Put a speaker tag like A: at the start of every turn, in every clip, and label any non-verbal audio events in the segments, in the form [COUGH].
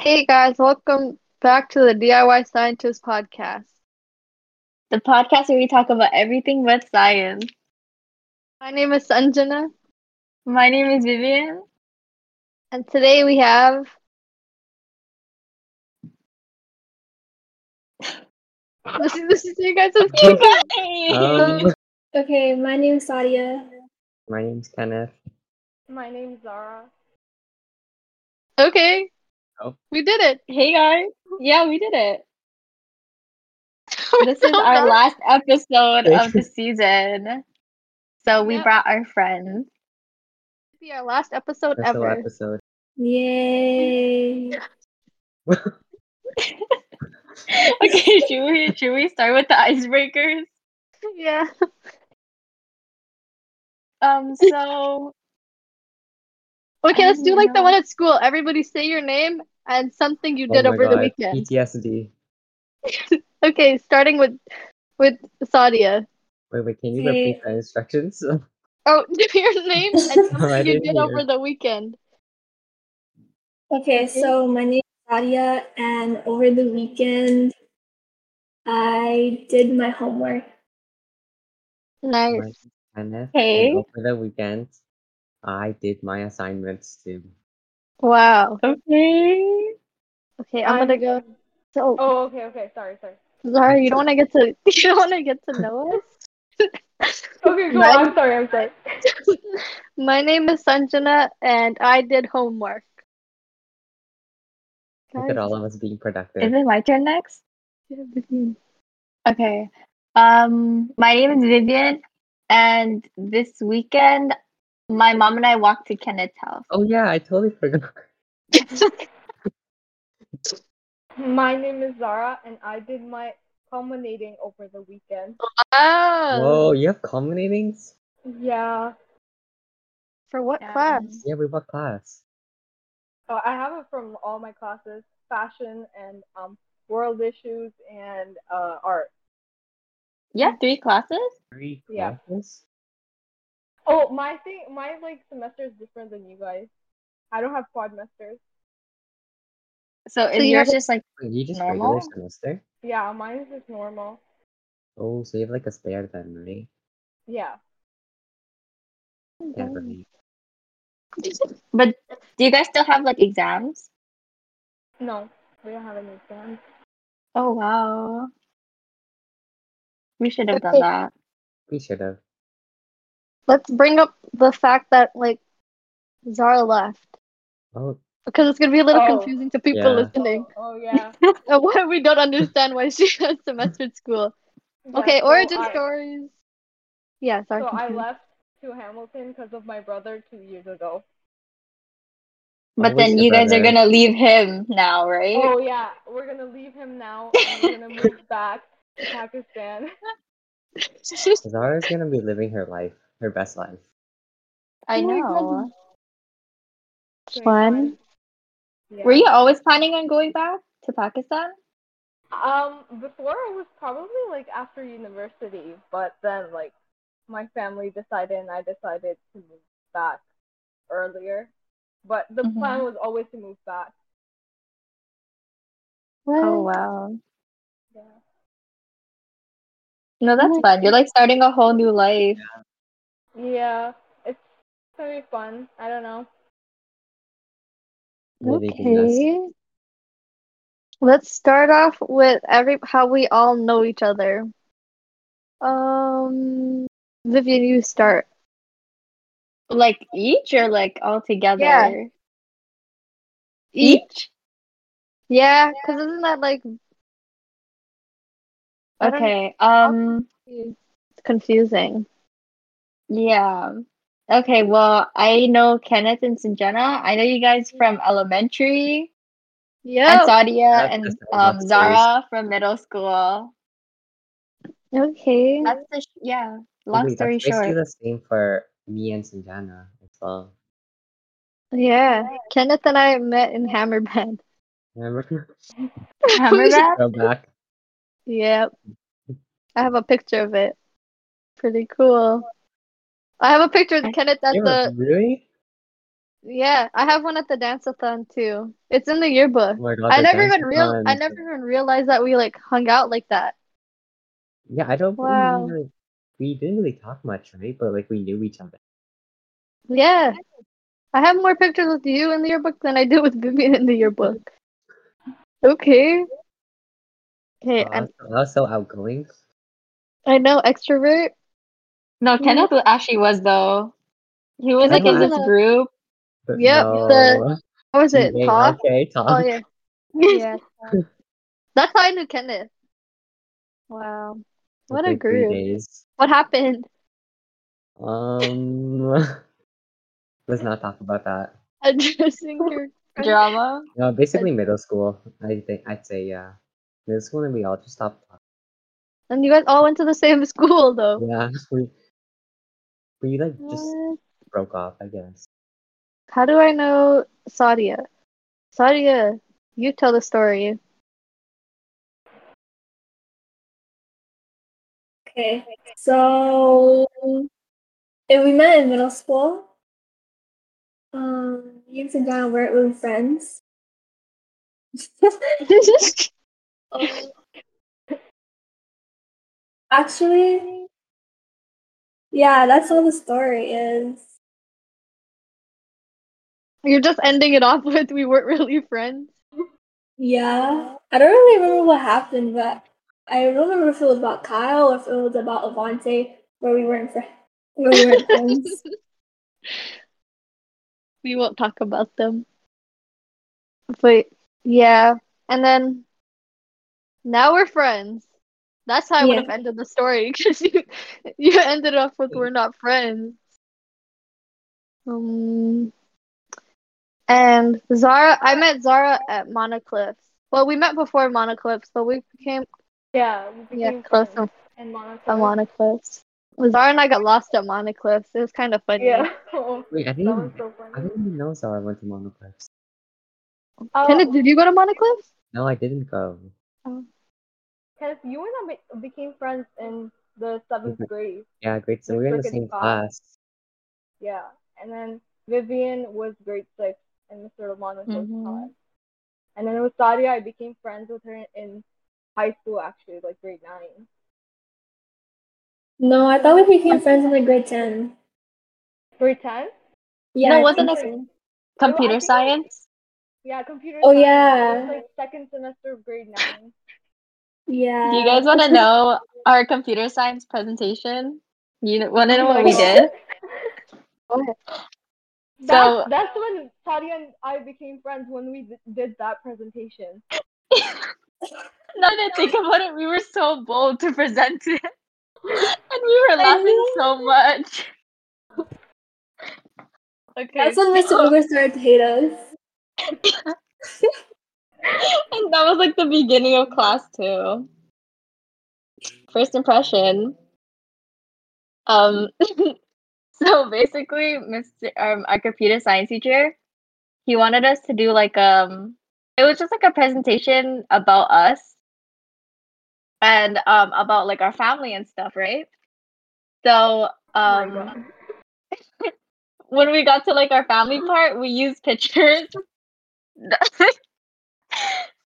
A: Hey guys, welcome back to the DIY Scientist podcast.
B: the podcast where we talk about everything but science.
A: My name is Sanjana,
B: My name is Vivian.
A: and today we
B: [LAUGHS]
A: have this is, this is you guys a few guys. [LAUGHS]
C: Um,
D: Okay, my name is Sadia.
C: my name's Kenneth.
D: My name is Zara.
A: Okay.
C: Oh.
A: We did it.
B: hey guys. Yeah, we did it.
D: [LAUGHS]
B: This is
A: Oh,
B: our
A: God.
B: last episode of
D: [LAUGHS]
B: the season. So we
A: Yep.
B: brought our friends.
A: This will be our last episode
C: Special
A: ever.
C: episode.
D: Yay!
B: [LAUGHS]
D: [LAUGHS]
B: okay, should we should we start with the icebreakers?
A: Yeah.
B: Um so
A: Okay,
B: I
A: let's do
B: don't
A: like the
B: know.
A: one at school. Everybody say your name and something you
C: Oh
A: did
C: my
A: over the
C: God,
A: weekend.
C: PTSD.
A: Okay, starting with with Sadia.
C: Wait, wait, can you
D: Okay.
C: repeat the instructions? [LAUGHS]
A: Oh, [LAUGHS] your name and something
C: I
A: you
C: didn't
A: did
C: hear.
A: over the weekend.
D: [LAUGHS] Okay, so my name is Sadia, and over the weekend, I did my homework.
C: My
A: Nice.
C: name's Kenneth.
B: Hey.
C: And over the weekend, I did my assignments too.
A: Wow.
B: okay.
A: Okay, I'm
D: I'm-
A: gonna go. So
D: Oh, okay, okay, sorry, sorry.
A: Zara, you don't want to get to [LAUGHS] you don't want to get to know
D: Okay,
A: go on,
D: I'm sorry, I'm sorry.
A: us. [LAUGHS] My name is Sanjana, and I did homework.
C: Look at all of us being productive.
B: Is it my turn next?
A: Guys,
B: Okay. Um, my name is Vivian, and this weekend, my mom and I walked to Kenneth's house.
E: [LAUGHS]
C: Oh yeah, I totally [LAUGHS] forgot.
E: My name is Zara, and I did my culminating over the weekend.
A: Wow.
E: Oh.
C: Whoa, you have culminatings?
E: Yeah,
A: For what
B: Yeah.
A: class?
C: Yeah, we what class?
E: uh, I have it from all my classes: fashion and um, world issues and uh, art.
B: Yeah, three classes.
C: Three
E: Yeah.
C: classes?
E: Oh, my thing, my like semester is different than you guys. I don't have quadmesters.
B: So, is
A: you
B: yours
A: have-
B: just like
C: Wait, you just regular
B: Normal?
C: semester?
E: Yeah, mine is just normal.
C: Oh, so you have like a spare then, right?
E: Yeah,
C: Yeah,
A: Mm-hmm.
C: right.
B: but do you guys still have like exams?
E: no, we don't have any exams.
B: Oh wow. We should have
A: Okay.
B: done that.
C: We should have.
A: Let's bring up the fact that like Zara left
C: Oh,
A: because it's gonna be a little
E: Oh.
A: confusing to people
C: Yeah.
A: listening.
E: Oh, oh,
A: [LAUGHS]
E: yeah.
A: Uh, Why we don't understand why she [LAUGHS] has semester at school.
E: Yeah,
A: Okay,
E: so
A: origin
E: I-
A: stories. Yeah, sorry.
E: So I
A: continue.
E: left to Hamilton because of my brother two years ago.
B: But
C: Always
B: then
C: your
B: you guys are
C: brother.
B: gonna leave him now, right?
E: Oh yeah, we're gonna leave him now and we're gonna move
B: [LAUGHS]
E: back to Pakistan.
C: Zara's gonna be living her life, her best life.
B: I
A: Oh my
B: know.
A: Fun.
E: Yeah.
B: Were you always planning on going back to Pakistan?
E: Um, before it was probably like after university, but then like my family decided and I decided to move back earlier. But the
B: Mhm.
E: plan was always to move back.
B: Oh wow.
E: Yeah.
B: No, that's
A: my
B: fun. You're like starting a whole new life.
E: Yeah. It's gonna be fun. I don't know.
C: Living in this-
A: Okay. Let's start off with every how we all know each other. Um, Vivian, you start.
B: Like each or like all together?
A: Yeah.
B: Each?
A: E- Yeah, because isn't that like I don't-
B: Okay. Um
A: it's confusing?
B: Yeah. Okay, well, I know Kenneth and Sinjana. I know you guys from elementary, and
A: Yeah.
B: Sadia
C: That's
B: and
C: just a
B: um
C: lot of
B: Zara from middle school.
A: Okay.
B: That's the sh- yeah.
C: Oh,
B: Long
C: wait,
B: story
C: that's basically
B: [LAUGHS] short,
C: the same for me and Sanjana as well.
A: Yeah. Kenneth and I met in
F: [LAUGHS]
A: Hammerband.
C: Remember? [LAUGHS]
B: Hammerband.
C: Go back.
A: Yep. I have a picture of it. Pretty cool. I have a picture of Kenneth at
C: You were-
A: the
C: really?
F: Yeah, I have one at the dance-a-thon too. It's in the yearbook.
C: Oh my god,
F: I
C: the
F: never even
C: dance-a-thon.
F: real I never even realized that we like hung out like that.
C: Yeah, I don't.
F: Wow.
C: Wow. We, we didn't really talk much, right? But like we knew each other.
F: Yeah. I have more pictures with you in the yearbook than I do with Vivian in the yearbook. Okay. Okay,
C: Wow,
F: and
C: I was so outgoing.
F: I know extrovert.
A: [LAUGHS] No, Kenneth
B: Mm-hmm.
A: actually was though. He was
C: I
A: like in
C: was.
A: this group.
C: But
F: Yep,
C: no.
F: the- What
C: [LAUGHS]
F: was it?
C: Okay,
F: Talk?
C: Okay, talk. [LAUGHS]
F: Oh yeah. Yeah. Tom. [LAUGHS] That's how I knew Kenneth. Wow. What a
C: Like, three
F: group.
C: days.
F: What happened? [LAUGHS]
C: Um, [LAUGHS] let's not talk about that.
F: Addressing your friend.
A: [LAUGHS] drama.
C: No, basically middle school. I think I'd say yeah, middle school, and we all just stopped talking.
F: And you guys all went to the same school
A: Oh.
F: though.
C: Yeah, we we like just
F: What?
C: broke off, I guess.
F: How do I know Sadia? Sadia, you tell the story. [LAUGHS]
B: Okay, so if we met in middle school, um, me and Sajana weren't really friends. [LAUGHS] Um, actually, yeah, that's all the story is.
F: You're just ending it off with we weren't really friends.
B: Yeah, I don't really remember what happened, but I don't remember if it was about Kyle or if it was about Avante, where we weren't friends. Where we weren't friends.
F: We won't talk about them. But yeah, and then now we're friends. That's how I would
B: Yeah.
F: have ended the story [LAUGHS] because you you ended off with we're not friends. Um, and Zara, I met Zara at Monocliffs. Well, we met before Monocliffs, but we became
E: Yeah, we
F: yeah
E: became
F: close
E: friends.
F: on,
E: And Monica.
F: on Monocliffs. Zara and I got lost at Monocliffs. It was kind of funny.
E: Yeah.
C: Wait, I
E: [LAUGHS] that was
C: didn't.
E: so
C: I
E: funny.
C: didn't even know Zara went to Monocliffs.
E: Uh,
F: Kenneth, did you go to Monocliffs?
C: No, I didn't go.
E: Kenneth, you and I be- became friends in the seventh
C: Mhm.
E: grade.
C: Yeah, great. So
E: Like,
C: we were in the
E: circuit
C: same
E: class.
C: class.
E: Yeah. And then Vivian was grade six in Mr. Romano's
A: Mhm.
E: class. And then with Sadia, I became friends with her in high school, actually, like grade nine.
B: No, I thought we became friends in like grade ten.
E: Grade 10?
B: Yeah,
A: no,
B: I
A: wasn't
B: think
A: it
B: so.
A: computer
E: think I-
A: science?
E: Yeah, computer
B: Oh,
E: science.
B: yeah.
E: It was, like second semester of
A: [LAUGHS]
E: grade nine.
B: Yeah.
A: Do you guys want to know our computer science presentation? You want to know what we did? [LAUGHS]
E: That's,
A: So-
E: that's when Sadia and I became friends when we d- did that presentation.
A: Now that I think about it, we were so bold to present it, [LAUGHS] and we were laughing so much. Okay,
B: That's when Mr. Booger started to hate us. [LAUGHS]
A: and [LAUGHS] that was like the beginning of class too. First impression. Um, [LAUGHS] so basically, Mr. Um, our computer science teacher, he wanted us to do like um, it was just like a presentation about us, and um about like our family and stuff, right? So
E: Oh my
A: um,
E: God.
A: when we got to like our [GASPS] family part, we used pictures. [LAUGHS]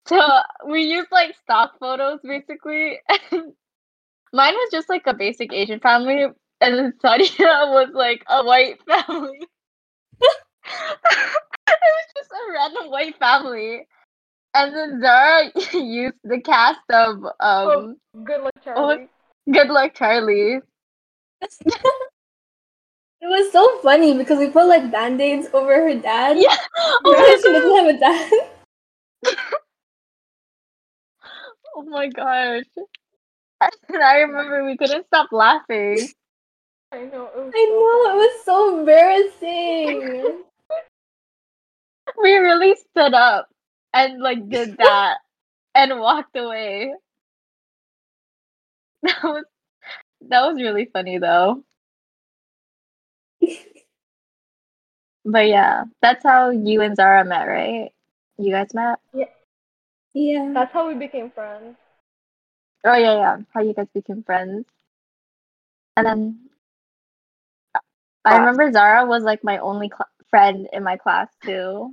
A: so we used like stock photos basically. [LAUGHS] Mine was just like a basic Asian family, and then Sadia [LAUGHS] was like a white family. [LAUGHS] it was just a random white family. And then Zara [LAUGHS] used the cast of um,
E: Oh. Good luck, Charlie.
A: Good Luck Charlie.
B: It was so funny because we put like band-aids over her dad.
A: Yeah. [LAUGHS] Oh my
B: Because [LAUGHS] she doesn't have a dad. [LAUGHS]
A: Oh my gosh. [LAUGHS] And I remember we couldn't stop laughing. oh,
E: I know. It was
B: I
E: so
B: know, it
E: funny.
B: was so embarrassing.
A: We really stood up and like did that and walked away. [LAUGHS] That was that was really funny though. But yeah, that's how you and Zara met, right? You guys met?
B: yeah.
E: That's how we became friends.
A: Oh yeah, yeah. How you guys became friends. And then I remember Zara was like my only cl- friend in my class too.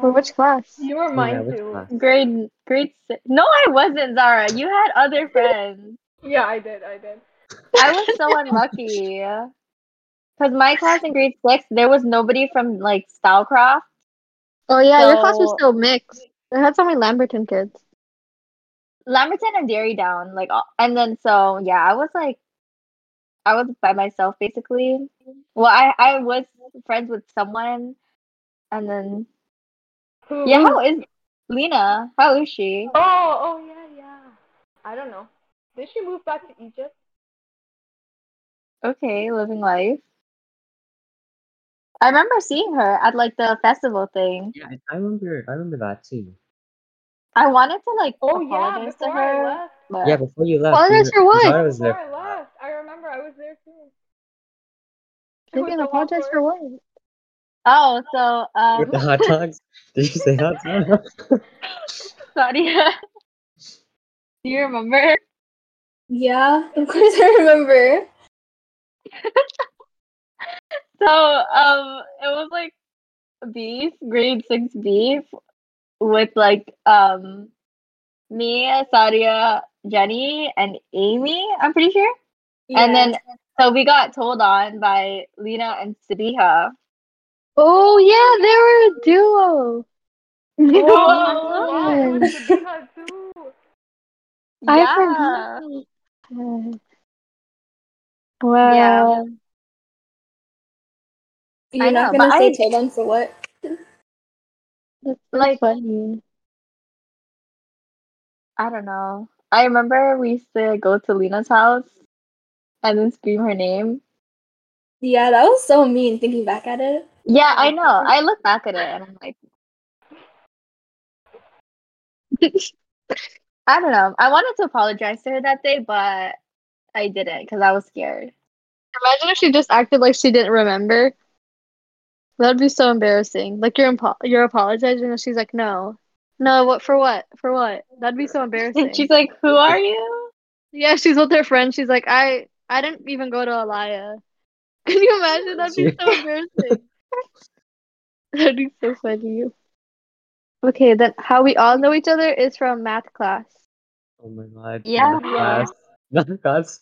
F: For which class?
E: You were
C: Yeah,
E: mine
C: which
E: too.
C: class?
A: Grade grade six. No, I wasn't, Zara. You had other friends.
E: Yeah, I did. I did.
A: I was so unlucky. Cause my class in grade six, there was nobody from like Stylecroft.
F: Oh yeah, your class was
A: So-
F: still mixed. It had so many Lamberton kids.
A: Lamberton and Derry down, like, all- and then so yeah, I was like, I was by myself basically. Well, I I was friends with someone, and then
E: Who-
A: yeah, how
E: who-
A: is Lena? How is she?
E: Oh, oh yeah, yeah. I don't know. Did she move back to Egypt?
A: Okay, living life. I remember seeing her at like the festival thing.
C: Yeah, I, I remember. I remember that too.
A: I wanted to like
E: Oh yeah,
A: apologize
E: before
A: to her,
E: I left.
A: but
C: Yeah, before you left.
F: Oh,
C: you
F: that's
C: were-
F: your wife.
C: Zara was
E: before
C: there.
E: I left, I remember I was there too. It
F: You
E: was
F: can
E: so
F: apologize for
E: awkward.
F: what?
A: oh, so um,
C: With the hot dogs. Did you say hot
A: [LAUGHS]
C: dogs?
E: [LAUGHS]
A: Claudia, do you remember?
B: Yeah, of course I remember.
A: So um, it was like beef, grade six beef, with like um, me, Sadia, Jenny, and Amy. I'm pretty sure. And then so we got told on by Lena and Sabiha.
F: Oh yeah, they were a
E: Whoa,
F: duo. Oh,
E: I forgot. It was
F: yes.
E: Sabiha too.
F: [LAUGHS] I
A: yeah.
F: forgot. Uh,
A: Yeah.
F: Wow.
B: you're
A: I
B: not
A: know,
B: gonna
A: but
B: say
A: I-
B: till then for what?
F: That's so
A: Like-
F: funny.
A: I don't know. I remember we used to go to Lena's house and then scream her name.
B: Yeah, that was so mean. Thinking back at it,
A: Yeah, I know. I look back at it and I'm like, [LAUGHS] I don't know. I wanted to apologize to her that day, but I didn't because I was scared.
F: Imagine if she just acted like she didn't remember. That'd be so embarrassing. Like you're impo- you're apologizing, and she's like, "No, no, what for? What for? What?"
A: [LAUGHS]
F: That'd be so embarrassing.
A: [LAUGHS] She's like, Who are you?
F: yeah, she's with her friend. She's like, "I I didn't even go to Alaya." [LAUGHS] Can you imagine? That'd be so embarrassing. [LAUGHS] That'd be so funny. Okay, then how we all know each other is from math class.
C: Oh my god.
A: Yeah.
C: Math class. [LAUGHS] Math class.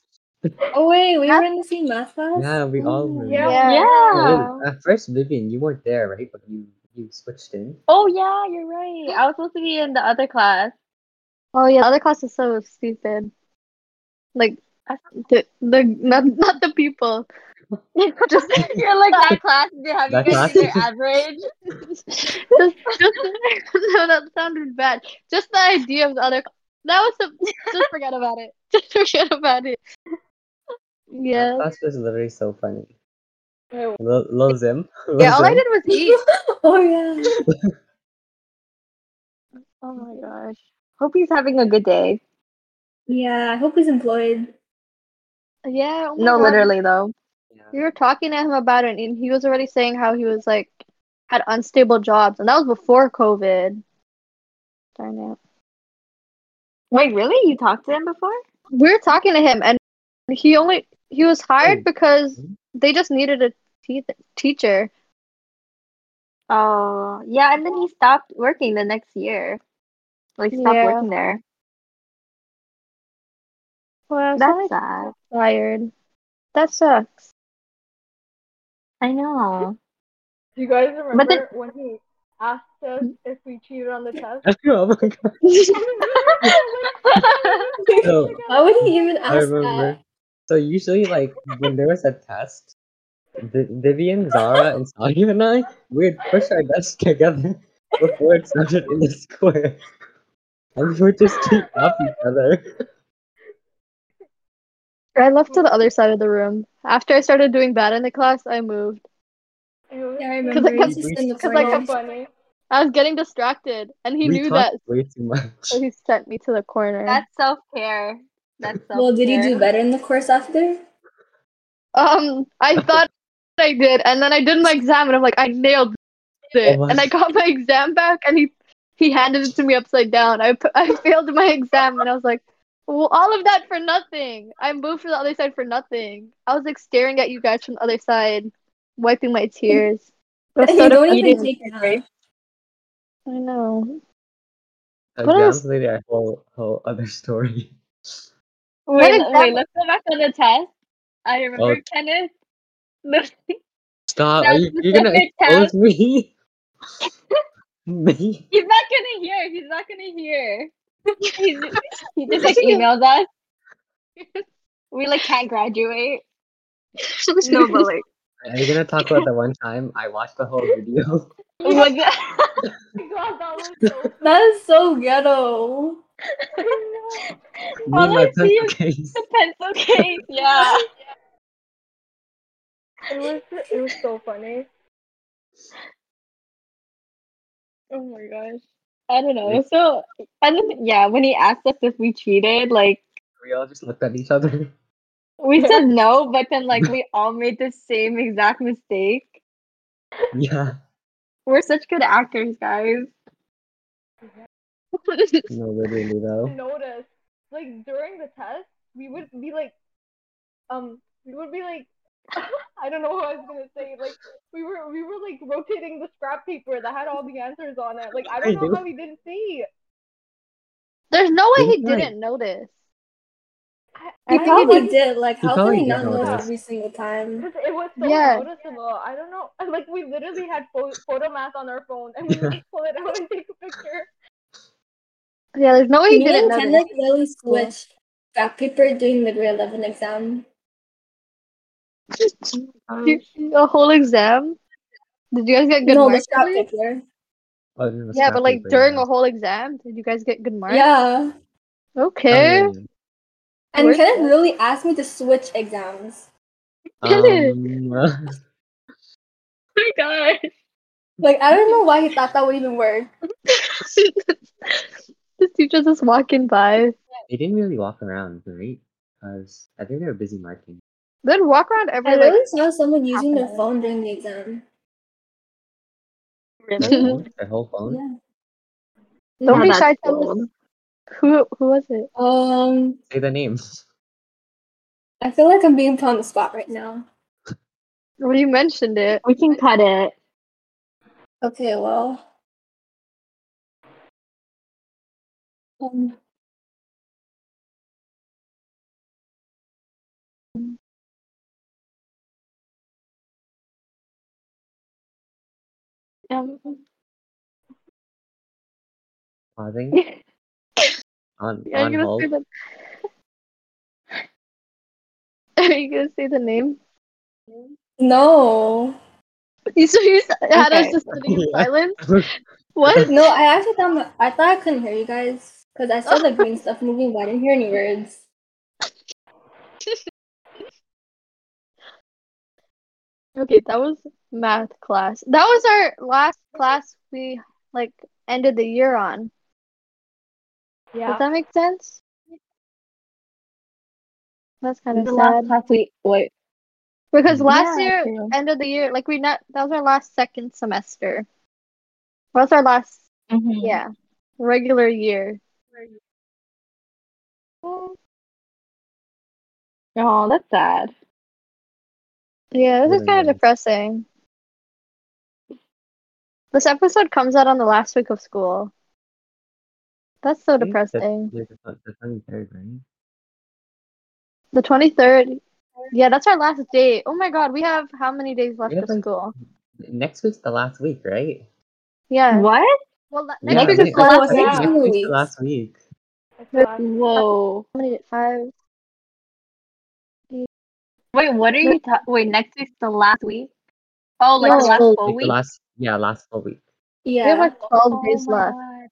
B: oh wait, we
F: Math-
B: were in the same math class.
C: Yeah, we all
B: Oh.
C: were.
E: Yeah.
F: Yeah.
A: Yeah.
C: Well, at first, Vivian, you weren't there, right? But you you switched in.
A: Oh yeah, you're right. I was supposed to be in the other class.
F: Oh yeah, the other class is so stupid. Like
A: I-
F: the the not not the people.
A: [LAUGHS]
F: [LAUGHS]
A: just [LAUGHS] you're like that class. They have
C: That
A: you guys
C: class?
A: in their average.
F: just, just [LAUGHS] no, that sounded bad. Just the idea of the other. That was the. Just forget about it. [LAUGHS] Just forget about it.
C: That
F: Yeah.
C: class was literally so funny.
E: It
C: Lil, Lil Zim. [LAUGHS] Lil
F: Yeah. All I
C: Zim.
F: did was eat.
A: [LAUGHS]
B: Oh yeah.
A: Oh my gosh. Hope he's having a good day.
B: Yeah, I hope he's employed.
F: Yeah. Oh my
A: No,
F: God.
A: literally though.
F: We were talking to him about it, and he was already saying how he was like had unstable jobs, and that was before COVID. Darn it.
A: Wait, really? You talked to him before?
F: We were talking to him, and he only he was hired
C: Oh.
F: because
C: Mhm.
F: they just needed a te- teacher.
A: Oh yeah, and then he stopped working the next year. Like stopped
F: Yeah.
A: working there.
F: Well,
A: That's sad.
F: fired. That sucks.
A: I know.
E: Do you guys
A: But then-
E: remember when he asked us if we cheated on the test?
C: Yeah. oh my
F: [LAUGHS]
C: god. [LAUGHS] So,
B: Why would he even ask
C: I remember. So usually, like when there was a test, Vi- Vivian, Zara, and Sadia and I we'd push our desks together [LAUGHS] before it started in the square, and we would just keep off each other.
F: I left to the other side of the room. After I started doing bad in the class, I moved.
E: It was
B: that? Yeah, I
E: so
B: remember.
F: Cause-
B: He's just in the
F: cause I
B: corner.
F: kept-
E: funny.
F: I was getting distracted, and he
C: we
F: knew that,
C: talked way too much.
F: so he sent me to the corner.
A: That's self care. That's self care.
B: well, did he do better in the course after?
F: Um,
C: [LAUGHS]
F: I thought I did, and then I did my exam, and I'm like, I nailed it,
C: Oh my-
F: and I got my exam back, and he he handed it to me upside down. I [LAUGHS] pu- I failed my exam, and I was like, well, all of that for nothing. I moved to the other side for nothing. I was like staring at you guys from the other side, wiping my tears.
B: And
F: That's
B: you
F: so
B: don't
F: defeating.
B: even take it out.
F: I know.
C: Uh,
F: What else?
C: John's lady, a whole whole other story.
A: Wait,
F: What
A: wait,
F: example-
A: let's go back to the test. I remember
C: Oh.
A: Kenneth. Look,
C: Stop!
A: That
C: Are you [LAUGHS] you're gonna
A: specific
C: expose
A: task.
C: me? [LAUGHS] me?
A: he's not gonna hear. He's not gonna hear. He's, he just like
F: Yeah.
A: emailed us. We like can't graduate. [LAUGHS]
E: [LAUGHS]
A: No, but like
C: Are you gonna talk about the one time I watched the whole video?
A: [LAUGHS] was it-
E: my god, that was so
B: That is so ghetto.
E: funny.
C: me
A: All
C: and my
A: I see
C: pencil [LAUGHS]
A: is-
C: case.
A: the pencil case. Yeah.
E: It was it was so funny.
A: Oh my gosh. I don't know. So and then, yeah, when he asked us if we cheated, like
C: We all just looked at each other. [LAUGHS]
A: we [LAUGHS] said no, but then like we all made the same exact mistake.
C: Yeah.
A: We're such good actors, [LAUGHS] guys. Oh
C: No, literally though.
E: notice like during the test we would be like um we would be like [LAUGHS] I don't know what I was gonna say like we were we were like rotating the scrap paper that had all the answers on it like I
C: I
E: don't know
C: do.
E: how he didn't see
F: There's no way Oh, he
C: Didn't I-
F: didn't notice.
B: He
F: I think he
B: probably
F: did.
B: did. Like,
C: He
B: how
C: probably
B: can he
C: did
B: not know
E: notice.
B: every single time?
E: because it was so
F: Yeah.
E: noticeable I don't know [LAUGHS] and, like we literally had pho- photo math on our phone and we would just pull it out and take a picture
F: Yeah, there's no way he
B: Me
F: didn't
B: and
F: notice.
B: Kenneth really switched back paper during the grade 11 exam.
F: [LAUGHS] Um, You- A whole exam? Did you guys get good
B: no, the
F: marks?
B: scrap
F: please?
B: paper.
C: Oh, no,
F: Yeah,
C: scrap
F: but like
C: paper,
F: during
C: yeah.
F: a whole exam, did you guys get good marks?
B: Yeah.
F: Okay.
C: Um,
B: And
F: Where's
B: Kenneth
F: that?
B: really asked me to switch exams.
F: [LAUGHS]
C: um, [LAUGHS]
A: Oh my gosh.
B: Like, I don't know why he thought that would even work.
F: [LAUGHS] the teacher's just walking by.
C: they didn't really walk around, right? Because I think they were busy marking.
F: Then walk around every
B: I
F: like.
B: really saw someone using their
F: half an hour.
B: phone during the exam.
C: Their
A: Really?
C: phone, their whole phone.
B: Yeah.
F: Don't
A: Yeah,
F: be
A: that's
F: shy. Tell us
A: cool.
F: who who was it?
B: Um,
C: Say the names. [LAUGHS]
B: I feel like I'm being put on the spot right now.
F: Well, you mentioned it.
A: We can cut it.
B: Okay, well. Um,
A: Um,
C: Pausing
F: [LAUGHS]
C: on
F: Are
C: on
F: you gonna
C: hold. [LAUGHS]
F: say the? [LAUGHS] Are you gonna say the name? [LAUGHS]
B: no.
F: You so you s- had us
A: Okay.
F: just sitting in
C: Yeah.
F: silence.
B: [LAUGHS]
F: What?
B: No, I actually thought my- I thought I couldn't hear you guys because I saw the green stuff moving, but I didn't hear any words.
F: Okay, that was math class. That was our last class we like ended the year on.
E: yeah
F: Does that make sense? That's kind of
A: the last
F: sad.
A: class we wait.
F: Because last
A: Yeah,
F: year,
A: true.
F: end of the year, like we not that was our last second semester. That was our last,
A: Mhm.
F: yeah, regular year.
A: Oh, that's sad.
F: Yeah, this is
C: Really
F: kind of
C: nice.
F: depressing. This episode comes out on the last week of school. That's so
C: Right?
F: depressing.
C: The, the, the 23rd, right?
F: The 23rd. Yeah, that's our last day. Oh my God, we have how many days left
C: We have,
F: of
C: like,
F: school?
C: Next week's the last week, right?
F: Yeah.
A: What?
F: Well, la-
C: Yeah,
F: next week
C: right?
F: is
B: Oh, it's
F: the last
E: Yeah.
F: week.
B: next
C: Next week's
B: week.
C: the last week.
E: it's not-
A: Whoa.
F: How many? Five.
A: Wait, what are you talking? Wait, next week's the last week. Oh, like the
B: No.
A: last
F: Full
A: full
C: Like the
A: week.
C: last, yeah, last full week.
F: We have
B: Yeah.
F: like 12
A: Oh
F: days
A: my
F: left
A: god.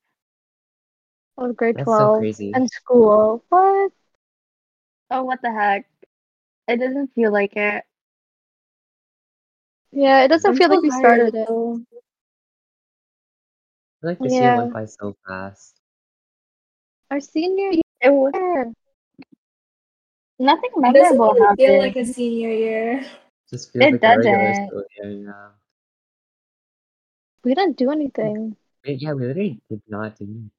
F: of Oh, grade
C: That's so
F: 12
C: crazy.
F: and school. What?
A: Oh, what the heck? It doesn't feel like it.
F: Yeah, it doesn't
A: I'm
F: feel
A: so
F: like we
A: tired,
F: started it.
A: though.
C: I feel like this year
F: Yeah.
C: went by so fast.
F: Our senior
A: It was
F: year.
A: nothing
B: It doesn't
A: memorable
B: really feel
A: happened.
B: like a senior year.
C: Just feels
A: It
C: like a regular
A: doesn't.
C: school year, yeah.
F: We didn't do anything.
C: Wait, yeah, we literally did not do anything.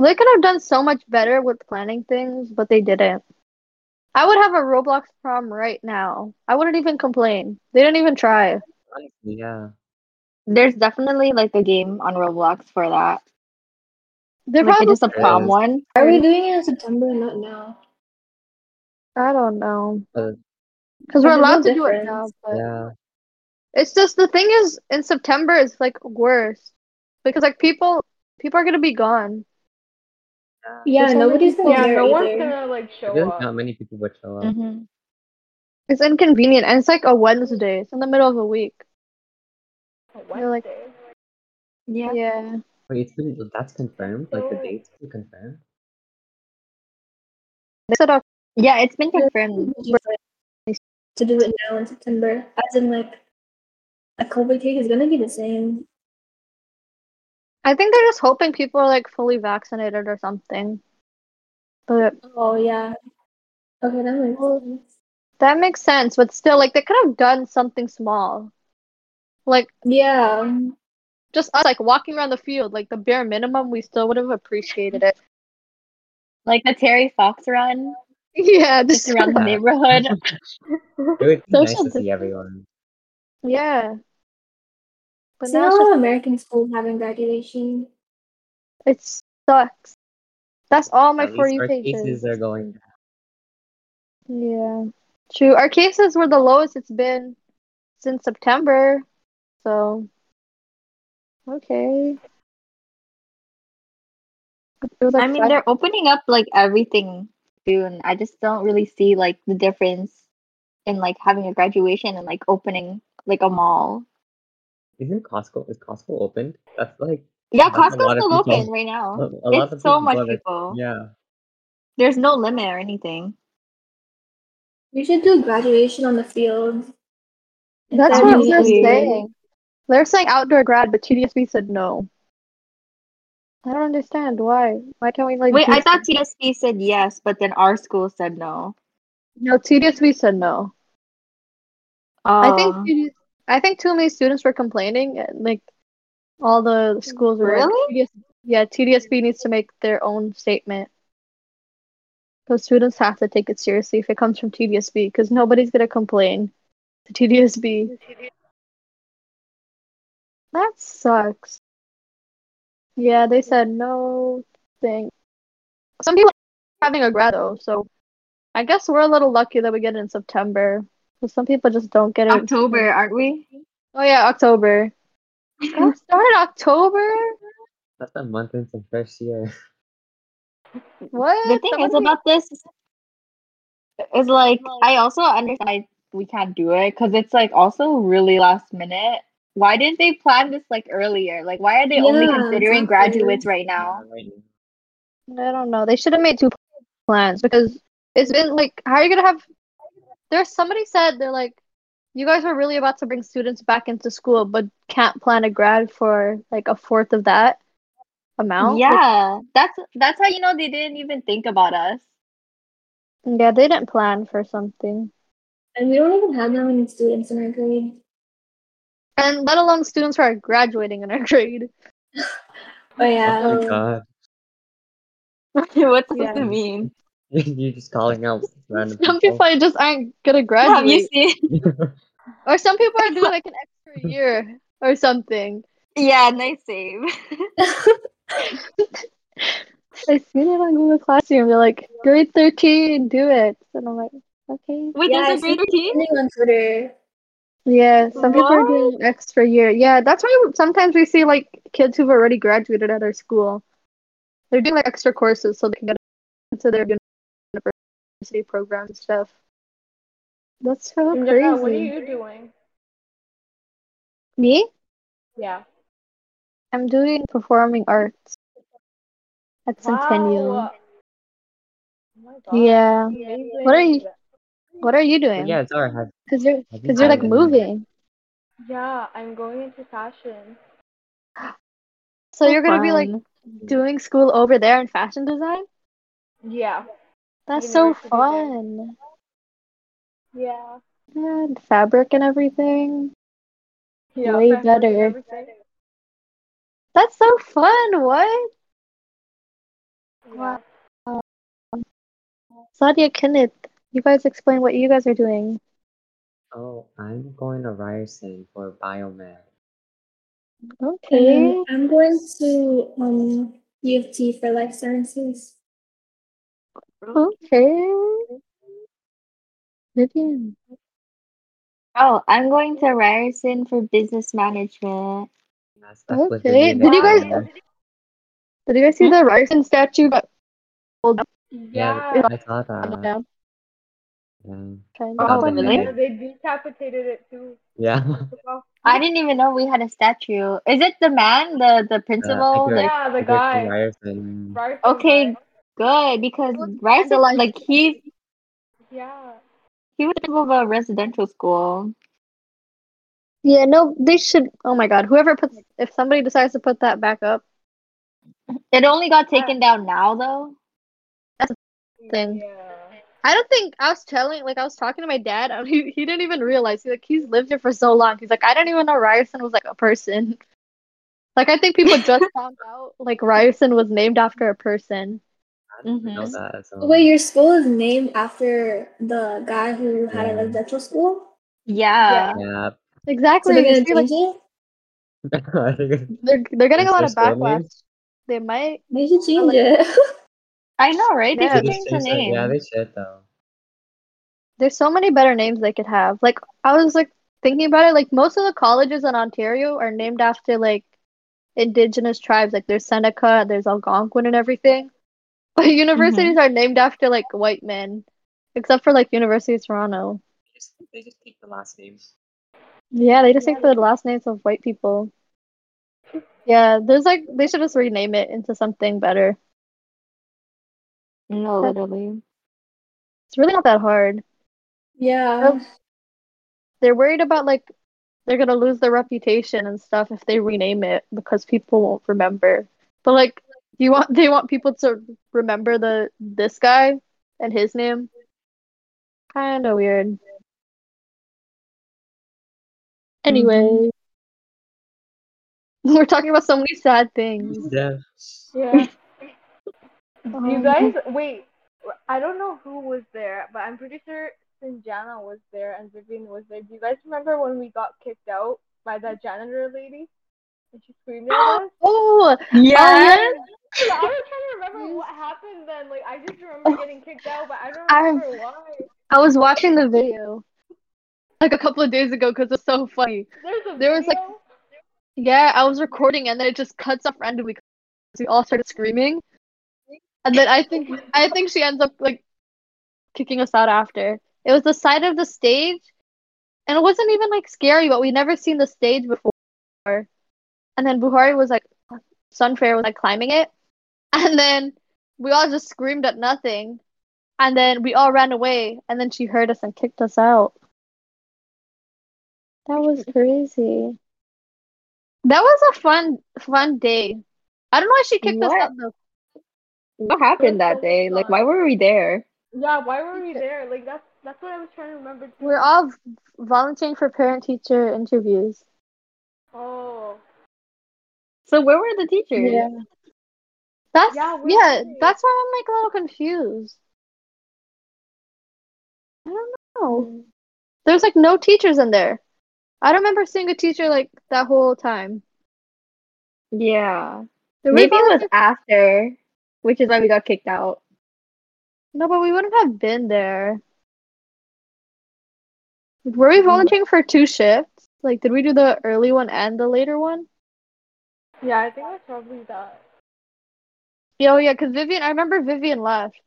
F: They could have done so much better with planning things, but they didn't. I would have a Roblox prom right now. I wouldn't even complain. They didn't even try.
C: Honestly, yeah.
A: There's definitely like a game on Roblox for that.
F: They're
A: like
F: probably
A: just a prom
C: Yes.
A: one.
B: Are we doing it in September? Not now.
F: I don't know.
C: Uh,
B: But
F: Because we're
B: there's no
F: allowed to do it now,
B: difference.
F: but
C: Yeah.
F: it's just the thing is in September it's like worse. Because like people people are gonna be gone.
B: Yeah,
F: There's so many
B: nobody's
F: people.
B: gonna
E: Yeah,
B: be there
E: no one's
B: either.
E: gonna like
C: I
E: show
C: feel like
E: up.
C: not many people would show up.
A: Mm-hmm.
F: It's inconvenient and it's like a Wednesday. It's in the middle of the week. You're like-
E: Wednesday.
A: Yeah.
F: Yeah.
C: Wait, it's been, that's confirmed? Like the
E: So-
C: date's been confirmed?
F: They said Oc-
A: Yeah, it's been confirmed.
B: to do it now in September. As in, like, a COVID cake is gonna be the same.
F: I think they're just hoping people are like fully vaccinated or something. But
B: Oh yeah. Okay, that makes
F: Well-
B: sense.
F: that makes sense, but still like they could have done something small. Like
B: Yeah.
F: just us like walking around the field, like the bare minimum, we still would have appreciated it. [LAUGHS]
A: Like the Terry Fox run,
F: Yeah,
A: just
F: just
A: around the
C: Yeah.
A: neighborhood. [LAUGHS]
C: It would be nice
F: Social
C: to see
F: distance.
C: everyone.
F: [LAUGHS] yeah. But
B: See
F: now
B: now
F: it's just-
B: all American schools having graduation.
F: It sucks. That's all my
C: At
F: for
C: least
F: you
C: our
F: pages.
C: cases are going down.
F: Yeah. True. Our cases were the lowest it's been since September. So, okay. It was like
A: I mean,
F: five-
A: they're opening up like everything soon. I just don't really see like the difference in like having a graduation and like opening like a mall.
C: Isn't Costco is Costco opened? That's like
A: Yeah,
C: That's a
A: Costco's
C: lot of
A: still
C: people.
A: open right
C: a
A: now.
C: a lot of
A: It's so
C: people
A: much
C: love it.
A: people.
C: Yeah.
A: There's no limit or anything.
B: We should do graduation on the field.
F: That's
B: That'd
F: what
B: be
F: they're
B: weird.
F: saying. They're saying outdoor grad, but TDSB said no. I don't understand why. Why can't we like
A: Wait,
F: do-
A: I thought TSB said yes, but then our school said no.
F: no TDSB said no. I think
A: Um,
F: TDS I think too many students were complaining. and, Like all the schools were like,
A: Really?
F: TDS yeah, TDSB needs to make their own statement. So students have to take it seriously if it comes from TDSB because nobody's gonna complain to TDSB. That sucks. Yeah, they said no thing. Some people are having a grad though, so I guess we're a little lucky that we get it in September. Because some people just don't get it.
A: Um, October, aren't we?
F: Oh yeah, October. God, start October?
C: That's a month into first year. [LAUGHS]
F: What?
A: the thing
F: That
A: is
F: wouldn't be-
A: about this is like I also understand we can't do it because it's like also really last minute. Why didn't they plan this like earlier? Like, why are they only
B: Yeah,
A: considering
B: exactly.
A: graduates right now?
C: Yeah, right now.
F: I don't know. They should have made two plans because it's been like, how are you gonna have? There's somebody said they're like, you guys are really about to bring students back into school, but can't plan a grad for like a fourth of that amount. Like,
A: Yeah, that's that's how you know they didn't even think about us.
F: yeah, they didn't plan for something,
B: And we don't even have that many students in our grade.
F: and let alone students who are graduating in our grade.
B: Oh yeah.
C: Oh my god.
A: [LAUGHS]
C: [LAUGHS]
A: What's
F: Yeah.
A: supposed to mean?
C: You're just calling out random
F: Some
C: people.
F: people just aren't gonna
A: Have you
F: graduate,
A: seen? [LAUGHS]
C: [LAUGHS]
F: or some people are doing like an extra year or something.
A: Yeah, nice save.
F: I seen it on Google Classroom. They're like, grade 13, do it. And I'm like, okay.
A: [LAUGHS] Wait,
B: yeah,
A: there's a grade
B: team?
A: routine.
B: on Twitter.
F: Yeah, some people are doing an extra year. Yeah, that's why sometimes we see like kids who've already graduated at our school. They're doing like extra courses so they can get into their university programs and stuff. That's so crazy.
E: Yeah, what are you doing?
F: Me?
E: Yeah.
F: I'm doing performing arts at Centennial.
E: Wow. Oh my god.
F: Yeah.
E: Amazing.
F: What are you- What are you
C: But
F: doing?
C: yeah, it's our has
F: Cause you're,
C: Have you
F: cause you're like
C: gotten any-
F: moving.
E: Yeah, I'm going into fashion.
F: So you're gonna be like
A: Fun.
F: doing school over there in fashion design?
E: Yeah.
F: That's so
E: University there.
F: fun.
E: Yeah.
F: Yeah, the fabric and everything.
E: Yeah.
F: Way
E: fabric and
F: better.
E: everything.
F: That's so fun. What?
E: Yeah.
F: Sadia Kenneth. You guys explain what you guys are doing.
C: Oh, I'm going to Ryerson for biomed.
F: Okay.
B: Um, I'm going to um U of T for life sciences.
F: Okay. Vivian.
A: Oh, I'm going to Ryerson for business management.
C: That's, that's what
F: Okay,
C: Vivian
F: did you
C: is
F: guys-
C: doing.
F: Did you guys see the Ryerson statue? But
C: Yeah,
E: Yeah.
C: I saw that.
F: down,
C: Yeah.
F: kind
C: Oh,
F: of.
A: Oh, really?
E: Yeah, they decapitated it too.
C: Yeah. [LAUGHS]
E: Took off-
A: I didn't even know we had a statue. Is it the man, the the principal?
C: you're-
A: the,
E: Yeah, the
C: If you're from
E: guy.
C: Ryerson.
E: Right from
A: okay,
E: there.
A: good because
F: And the
A: Ryerson,
F: life-
A: like he
E: Yeah.
A: he was of a residential school.
F: Yeah, no, they should. Oh my God, whoever puts, if somebody decides to put that back up,
A: It only got taken down now though.
F: Thing.
E: Yeah.
F: I don't think I was telling, like I was talking to my dad, and [LAUGHS] he he didn't even realize. He's like, he's lived here for so long. He's like, I don't even know Ryerson was like a person. [LAUGHS] Like I think people just found out like Ryerson was named after a person.
C: I didn't even know
A: Mhm.
C: that. So.
B: Wait, your school is named after the guy who had a
C: Yeah.
B: residential school?
A: Yeah.
C: Yeah. [LAUGHS]
B: So
F: Exactly.
B: they're gonna
F: you see, like,
B: change it?
C: I think
F: they're they're getting a
C: Is
F: lot
C: there
F: of
C: still
F: backlash.
C: names?
F: They might.
B: They should change it. [LAUGHS]
A: I know, right?
F: Yeah.
A: They should
C: they
F: They
A: change
C: just
A: the
C: changed it.
A: name.
C: Yeah, they should though.
F: There's so many better names they could have. Like I was like thinking about it. Like most of the colleges in Ontario are named after like indigenous tribes. Like there's Seneca, there's Algonquin, and everything. [LAUGHS] But universities are named after like white men, except for like University of Toronto.
C: They just take the last names.
F: Yeah, they just take the last names of white people. Yeah, there's like they should just rename it into something better.
A: No, literally.
F: It's really not that hard.
B: yeah.
F: They're worried about like they're gonna lose their reputation and stuff if they rename it because people won't remember. But like you want [LAUGHS] they want people to remember the this guy and his name. Kinda weird. Anyway. [LAUGHS] We're talking about so many sad things.
C: Yeah.
E: Yeah. you
F: Um,
E: guys, wait. I don't know who was there, but I'm pretty sure Sinjana was there and Vivian was there. Do you guys remember when we got kicked out by that janitor lady? And she screamed at us?
F: Oh,
A: Yeah.
E: Yeah, [LAUGHS] I was trying to remember what happened then. Like, I just remember getting kicked out, but Oh. I don't
F: I-
E: remember why.
F: I was watching the video like a couple of days ago because it's so funny.
E: There's a
F: There was, like,
E: video.
F: Yeah, I was recording and then it just cuts off randomly because we all started screaming, and then I think I think she ends up like kicking us out after. It was the side of the stage, and it wasn't even like scary, but we never seen the stage before. And then Buhari was like, Sunfair was like climbing it, and then we all just screamed at nothing, and then we all ran away, and then she heard us and kicked us out. That was crazy. That was a fun fun day. I don't know why she kicked us
A: What?
F: out though.
A: What happened that day? Like, why were we there?
E: Yeah, why were we there? Like, that's that's what I was trying to remember. Too.
F: We're all v- volunteering for parent teacher interviews.
E: Oh.
A: So where were the teachers?
F: Yeah. That's
E: Yeah, where
F: yeah,
E: were they?
F: that's why I'm like a little confused. I don't know. There's like no teachers in there. I don't remember seeing a teacher like that whole time.
A: Yeah.
F: Did we
A: Maybe it was
F: volunteer-
A: after, which is why we got kicked out.
F: No, but we wouldn't have been there. Were
A: Mm-hmm.
F: we volunteering for two shifts? Like, did we do the early one and the later one?
E: Yeah, I think that's probably that.
F: Yeah, Oh yeah, because Vivian, I remember Vivian left.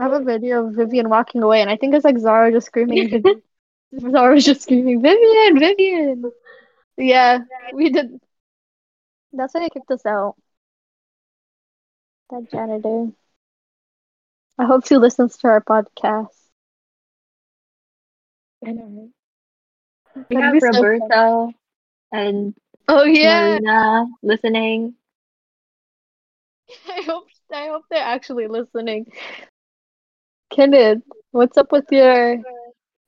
F: I have a video of Vivian walking away, and I think it's like Zara just
A: [LAUGHS]
F: screaming. Vivian. Zara was just screaming, Vivian, Vivian. Yeah, we did. That's why they kicked us out. That janitor. I hope she listens to our podcast.
A: I know. We
F: That'd
A: have
F: be so fun.
A: Roberta and
F: Oh yeah,
A: Marina listening.
F: [LAUGHS] I hope I hope they're actually listening. Kenneth, what's up with your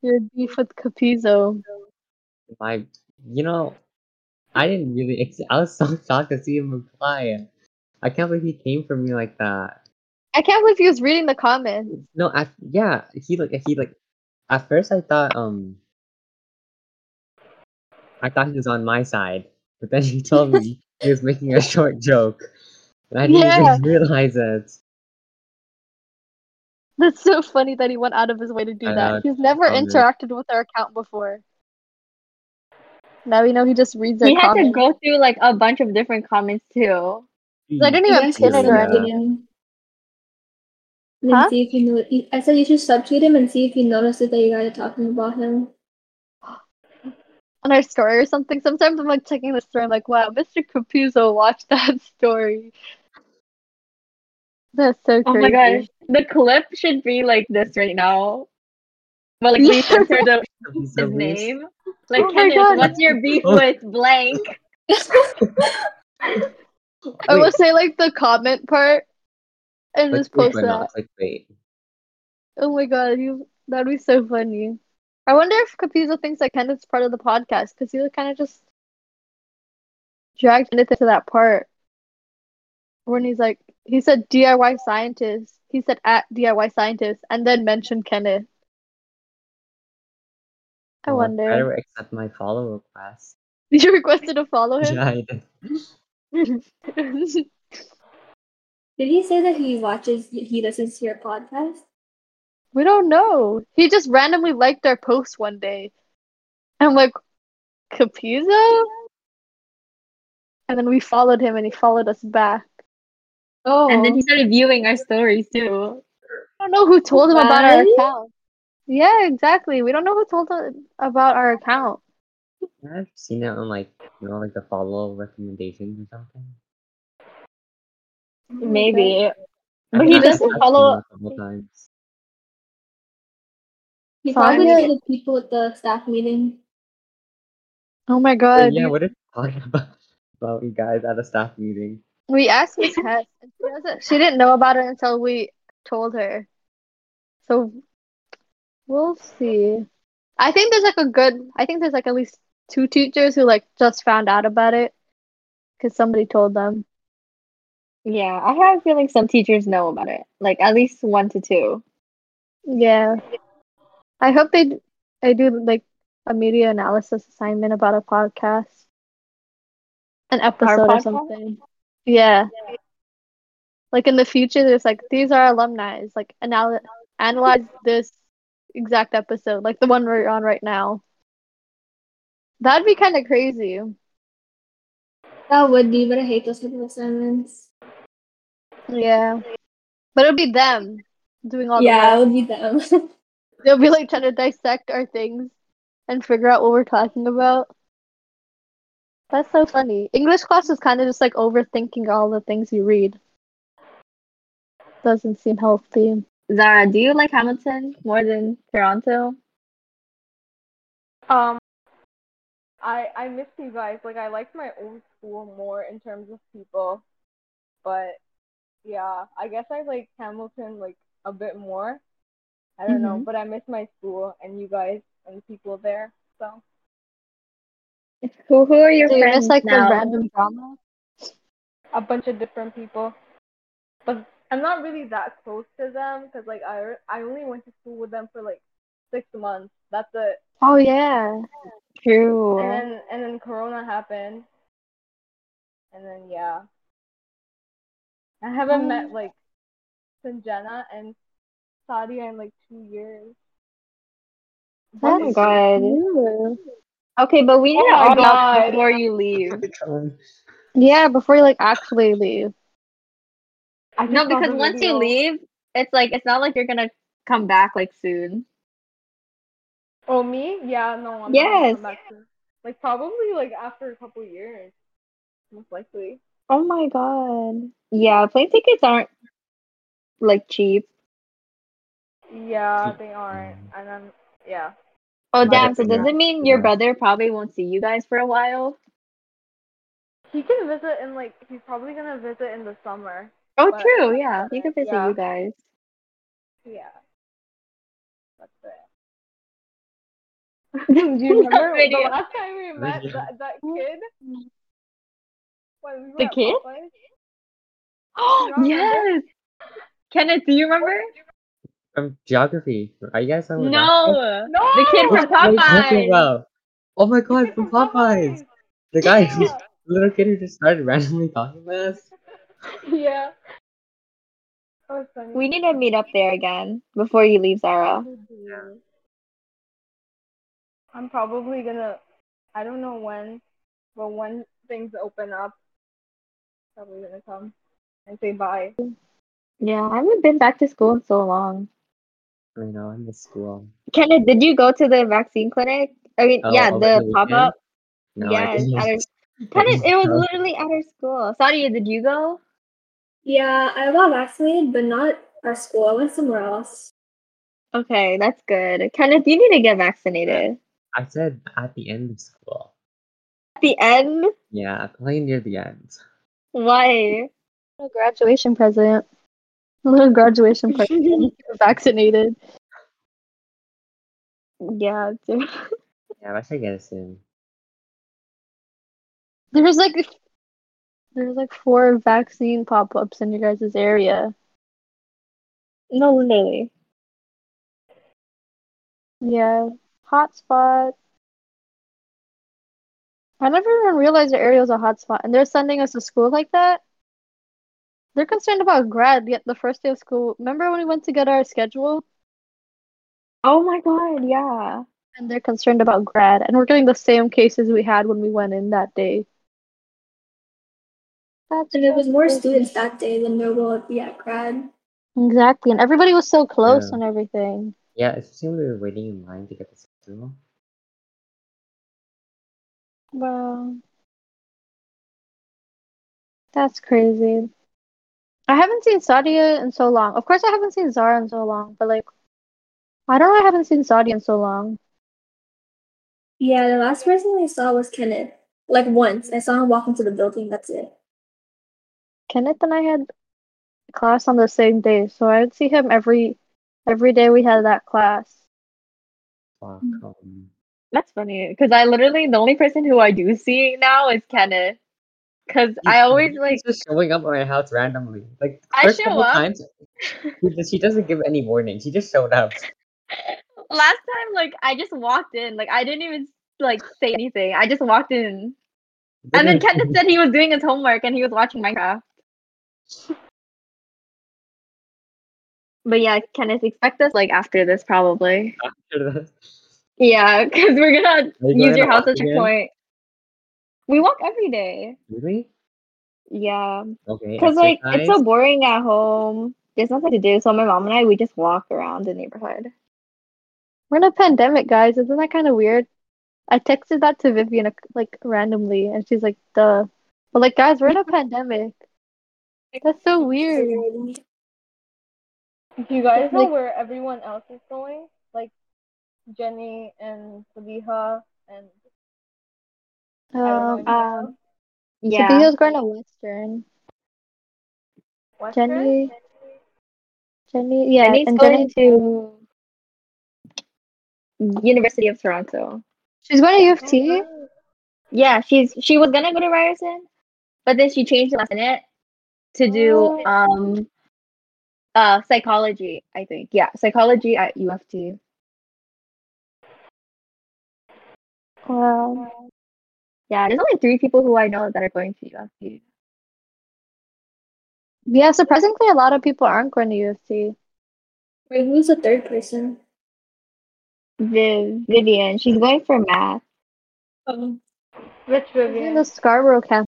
F: your beef with Capizo?
C: Like, you know, I didn't [LAUGHS] really. Ex- I was so shocked to see him reply. I can't believe he came for me like that.
F: I can't believe he was reading the comments. [LAUGHS]
C: No, I, yeah, he like he like. At first, I thought um. I thought he was on my side, but then [LAUGHS] he told me he was making a short joke, and I didn't
F: Yeah.
C: even realize it.
F: That's so funny that he went out of his way to do
C: I
F: that.
C: know,
F: He's never
C: dumb, dude.
F: interacted with our account before. Now we know he just reads our
A: We had to
F: comments.
A: go through like a bunch of different comments too.
F: I didn't
B: You
F: even
B: guys should
F: pin it or
C: Yeah.
F: anything.
B: subtweet him. And
F: Huh?
B: then see if you know. I said you should subtweet him and see if he notices that you guys are talking about him. [LAUGHS]
F: on our story or something. Sometimes I'm like checking the story. I'm like, wow, Mr. Capuzzo watched that [LAUGHS] story. That's so
A: Oh my
F: crazy.
A: gosh. The clip should be like this right now. But like we
F: Yeah.
A: censored
F: [LAUGHS]
A: the
C: He's so
A: his
C: weird.
A: name. Like
F: Oh my
A: Kenneth,
F: God.
A: what's your beef
C: Oh.
A: with blank?
F: I will
C: Wait,
F: say like the comment part and
C: clickbait,
F: just post
C: but
F: that.
C: not clickbait.
F: Oh my god, you that'd be so funny. I wonder if Capuzzo thinks that Kenneth's part of the podcast because he kind of just dragged Kenneth into that part when he's like, he said DIY scientist, he said at DIY scientist, and then mentioned Kenneth. I
C: Well,
F: wonder.
C: Better accept my follow request.
F: [LAUGHS]
C: [LAUGHS]
F: You requested to follow him?
C: Yeah, I did.
F: [LAUGHS]
C: [LAUGHS]
B: Did he say that he watches, he listens to your podcast?
F: We don't know. He just randomly liked our post one day. I'm like, Capizzo? And then we followed him and he followed us back.
B: Oh.
A: And then he started viewing our stories
F: Oh
A: too.
F: I don't know who told him about our
B: Why?
F: account. Yeah, exactly. We don't know who told him about our account.
C: I've seen it on like you know like the follow recommendations or something.
F: Oh my God.
A: Maybe.
C: I
A: But
C: think
A: he
C: I've
A: doesn't
C: seen
A: follow-
C: it A couple times.
B: He
F: Fine.
B: probably knows the people at the staff meeting.
F: Oh my
C: But
F: god.
C: yeah,
F: we-
C: what are you talking [LAUGHS] about? About you guys at a staff meeting.
F: We asked Miss Hess, and she doesn't. She didn't know about it until we told her. So we'll see. I think there's like a good. I think there's like at least two teachers who like just found out about it because somebody told them.
A: Yeah, I have a feeling some teachers know about it. Like at least one to two.
F: Yeah, I hope they. d- I do like a media analysis assignment about a podcast, an episode or
A: podcast?
F: something. Yeah. Like in the future, there's like these are alumni. It's like anal- analyze this exact episode, like the one we're on right now. That'd be kind of crazy.
B: That would be, but I hate those type of assignments.
F: Yeah, but it'll be them doing all
B: yeah,
F: the
B: it
F: work.
B: would be them. [LAUGHS]
F: They'll be like trying to dissect our things and figure out what we're talking about. That's so funny. English class is kind of just like overthinking all the things you read. Doesn't seem healthy.
A: Zara, do you like Hamilton more than Toronto?
E: Um, I I miss you guys. Like I liked my old school more in terms of people, but yeah, I guess I like Hamilton like a bit more. I don't know, but I miss my school and you guys and the people there. So
A: Who who are your
F: Do you
A: friends
F: miss like the
A: now?
F: random drama?
E: a bunch of different people, but I'm not really that close to them because like I I only went to school with them for like six months. That's it.
F: Oh yeah.
A: True.
E: And then and then Corona happened, and then yeah, I
A: Hmm.
E: haven't met like Sanjana and Sadia in like two years.
A: oh my
F: That's Mm-hmm.
A: god.
F: new.
A: Okay, but we need to
E: Oh my
A: all
E: God.
A: out before you leave.
C: Um,
F: Yeah, before you like actually leave.
E: I
A: No,
E: just saw
A: because
E: the
A: once you
E: video.
A: leave, it's like it's not like you're gonna come back like soon.
E: Oh me? Yeah, no, I'm
A: Yes.
E: not gonna come back to- Like probably like after a couple years, most likely.
A: Oh my god. Yeah, plane tickets aren't like cheap.
E: Yeah, they aren't, and I'm yeah.
A: Oh
E: Like,
A: damn,
E: it's
A: so does
E: not-
A: it mean
C: yeah.
A: your brother probably won't see you guys for a while?
E: He can visit in like he's probably gonna visit in the summer.
A: Oh
E: But-
A: true, yeah. You could visit
E: Yeah.
A: you guys.
E: Yeah. That's
A: [LAUGHS]
E: it. [LAUGHS] Do you remember the
A: video.
E: last time we met
C: Video.
E: that,
A: [LAUGHS]
E: that kid? When we were
A: The
E: at
A: kid?
E: Popeyes?
A: Oh [GASPS]
E: remember?
A: yes. Kenneth, do you remember?
C: From um, geography. Are you guys talking about
A: No.
C: that?
E: No,
A: The kid
C: What
A: from
C: are you talking
A: Popeyes.
C: about? Oh my
E: The
C: god,
E: kid
C: from Popeyes! The guy, who- the little kid who just started randomly talking to us.
E: Yeah. That was funny.
A: We need to meet up there again before you leave, Zara.
E: I'm probably gonna. I don't know when, but when things open up, probably gonna come and say bye.
A: Yeah, I haven't been back to school in so long.
C: I know, I miss school.
A: Kenneth, did you go to the vaccine clinic? I mean,
C: Oh,
A: yeah,
C: over
A: the
C: the
A: pop up.
C: No, I
A: yes,
C: didn't.
A: at our,
C: [LAUGHS]
A: Kenneth, it was literally at our school. Sadia, did you go?
B: Yeah, I got vaccinated, but not our school. I went somewhere else.
A: Okay, that's good. Kenneth, you need to get vaccinated.
C: I said at the end of school.
A: At the end,
C: Yeah, probably near the end.
A: why?
F: A graduation present. A little graduation
A: [LAUGHS]
F: present. You were vaccinated.
A: Yeah, dude.
C: Yeah, I should get it soon.
F: There was like there was like four vaccine pop ups in your guys' area.
A: no, literally.
F: Yeah. Hotspot. I never even realized your area was a hotspot and they're sending us to school like that. They're concerned about grad yet the first day of school. Remember when we went to get our schedule?
A: Oh my god, yeah.
F: And they're concerned about grad, and we're getting the same cases we had when we went in that day. That's
B: And there was more
F: crazy.
B: students that day than there will be at grad.
F: Exactly, and everybody was so close
C: Yeah.
F: and everything.
C: Yeah, especially when we were waiting in line to get the schedule.
F: Wow. That's crazy. I haven't seen Sadia in so long. Of course, I haven't seen Zara in so long, but like, I don't know, I haven't seen Sadia in so long.
B: Yeah, the last person I saw was Kenneth. Like once, I saw him walk into the building. That's it.
F: Kenneth and I had class on the same day, so I would see him every every day we had that class.
C: Fuck.
A: Hmm.
B: Mm.
C: um,
A: That's funny because I literally the only person who I do see now is Kenneth. Because
C: Dude,
A: I always like
C: Megan's just showing up at my house randomly. Like the
A: I
C: first
A: show
C: couple
A: up.
C: times, she just- she doesn't give any warning. She just showed up.
A: last time like I just walked in like I didn't even like say anything. I just walked in [LAUGHS] and
C: [LAUGHS]
A: then Kenneth said he was doing his homework and he was watching Minecraft. But yeah, Kenneth, expect us like after this probably.
C: after that.
A: Yeah, because we're gonna
C: Are you
A: use
C: going
A: your
C: to
A: house
C: walk
A: as a
C: again?
A: checkpoint. We walk every day.
C: Really?
A: Yeah,
C: Okay.
A: because like it's so
C: exercise.
A: boring at home. There's nothing to do, so my mom and I we just walk around the neighborhood.
F: We're in a pandemic, guys. Isn't that kind of weird? I texted that to Vivian uh, like randomly, and she's like, "Duh," but like, guys, we're
A: [LAUGHS]
F: in a pandemic. That's so weird.
E: Do you guys know
F: Like-
E: where everyone else is going? Like Jenny and Sabiha and
F: Um,
E: everyone else?
A: Yeah,
F: Sabiha's Um, going to Western.
E: Western?
F: Jenny- Jenny, yeah,
A: and he's
F: and
A: going
F: Jenny,
A: to University of Toronto.
F: she's going to U of
E: Oh,
F: T.
E: nice.
A: Yeah, she's she was gonna go to Ryerson, but then she changed the last minute to do
F: Oh.
A: um uh psychology. I think yeah, psychology at UFT.
F: Wow,
A: Yeah, there's only three people who I know that are going to UFT.
F: yeah. Surprisingly, a lot of people aren't going to U of T.
B: Wait, who's the third person?
A: Viv, Vivian, she's going for math.
B: Oh,
E: Rich
F: In
E: Vivian.
F: the Scarborough campus,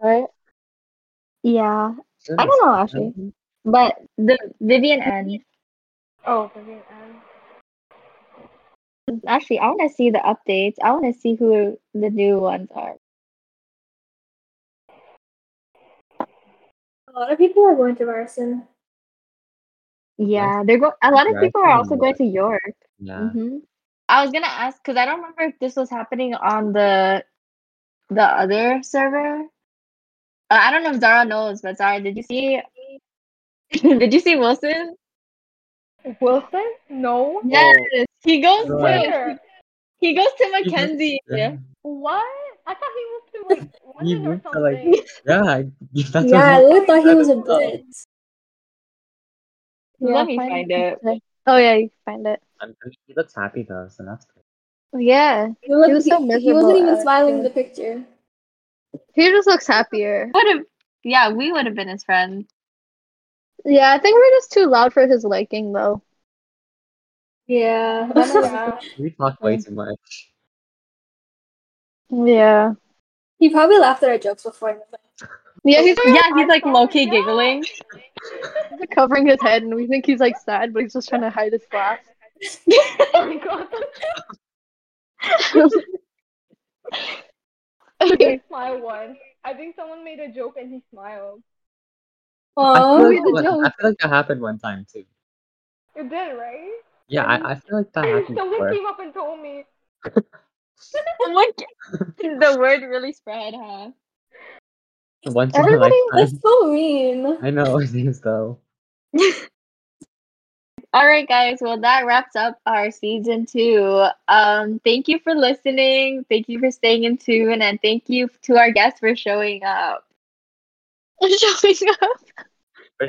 F: right?
A: Yeah,
C: Sure,
A: I
C: that's
A: don't know
C: fine.
A: actually, but the Vivian and
E: Oh, Vivian and
A: actually I want to see the updates. I want to see who the new ones are.
B: a lot of people are going to Ryerson.
A: Yeah, they're going. A lot of
C: Yeah, I
A: people are
C: kinda
A: also going to York.
C: Yeah.
A: hmm I was gonna ask because I don't remember if this was happening on the the other server. Uh, I don't know if Zara knows, but Zara, did you see? [LAUGHS] did you see Wilson?
E: Wilson?
C: Oh.
E: No.
A: Yes, he goes
C: No.
A: to
E: Where?
A: he goes to
C: He moved-
A: Mackenzie.
C: Yeah.
E: What? I thought he moved
C: [LAUGHS]
E: to like
C: He
E: London or
C: moved to, like-
E: something.
C: Yeah, I- [LAUGHS] that's
B: yeah, I
C: what
B: really thought he was a
C: Oh.
B: Brit.
A: Let me find it.
F: today. Oh yeah, you can find it.
C: I'm, I mean, he looks happy though, so that's good.
F: Yeah,
B: He, looked,
F: was so
B: he
F: miserable
B: wasn't even
F: after.
B: smiling in the picture.
F: he just looks happier.
A: Would have, yeah, we would have been his friends.
F: Yeah, I think we're just too loud for his liking though.
B: Yeah.
C: [LAUGHS]
E: [LAUGHS] Yeah.
C: We talk way too much.
F: Yeah.
B: [LAUGHS] he probably laughed at our jokes before.
F: Yeah, he's
A: Yeah, he's like
E: I
A: low key
E: saw- yeah.
A: giggling.
F: like, [LAUGHS] covering his head, and we think he's like sad, but he's just trying to hide his [LAUGHS] laugh.
E: Oh my god,
F: [LAUGHS] Okay.
E: that smile once. I think someone made a joke and he smiled.
C: I,
B: Oh,
C: feel like
F: read the
C: that, one- I
F: joke.
C: feel like that happened one time too.
E: You did, right?
C: Yeah, I, I feel
A: [LAUGHS]
C: like that happened
E: Someone
C: before.
E: came up and told me.
A: I'm like, [LAUGHS] the word really spread, huh?
C: Once in a
F: Everybody-
C: lifetime.
B: that's so mean.
C: [LAUGHS] I know, it seems though.
A: All right, guys. Well, that wraps up our season two. Um, thank you for listening. Thank you for staying in tune, and thank you to our guests for showing up.
F: Showing up. [LAUGHS]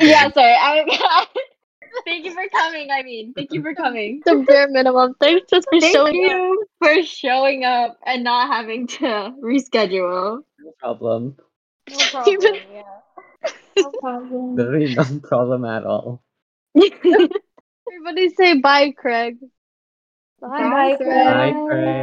A: Yeah, sorry. I, [LAUGHS] thank you for coming. I mean, thank you for coming.
F: the bare minimum. Thanks just for
A: Thank
F: showing up.
A: you for showing up and not having to [LAUGHS] reschedule.
C: No problem.
F: [LAUGHS]
E: No problem. Yeah.
B: No problem.
C: Literally no [LAUGHS] problem at all.
F: Everybody say bye, Craig.
B: Bye, Craig.
C: Bye, Craig.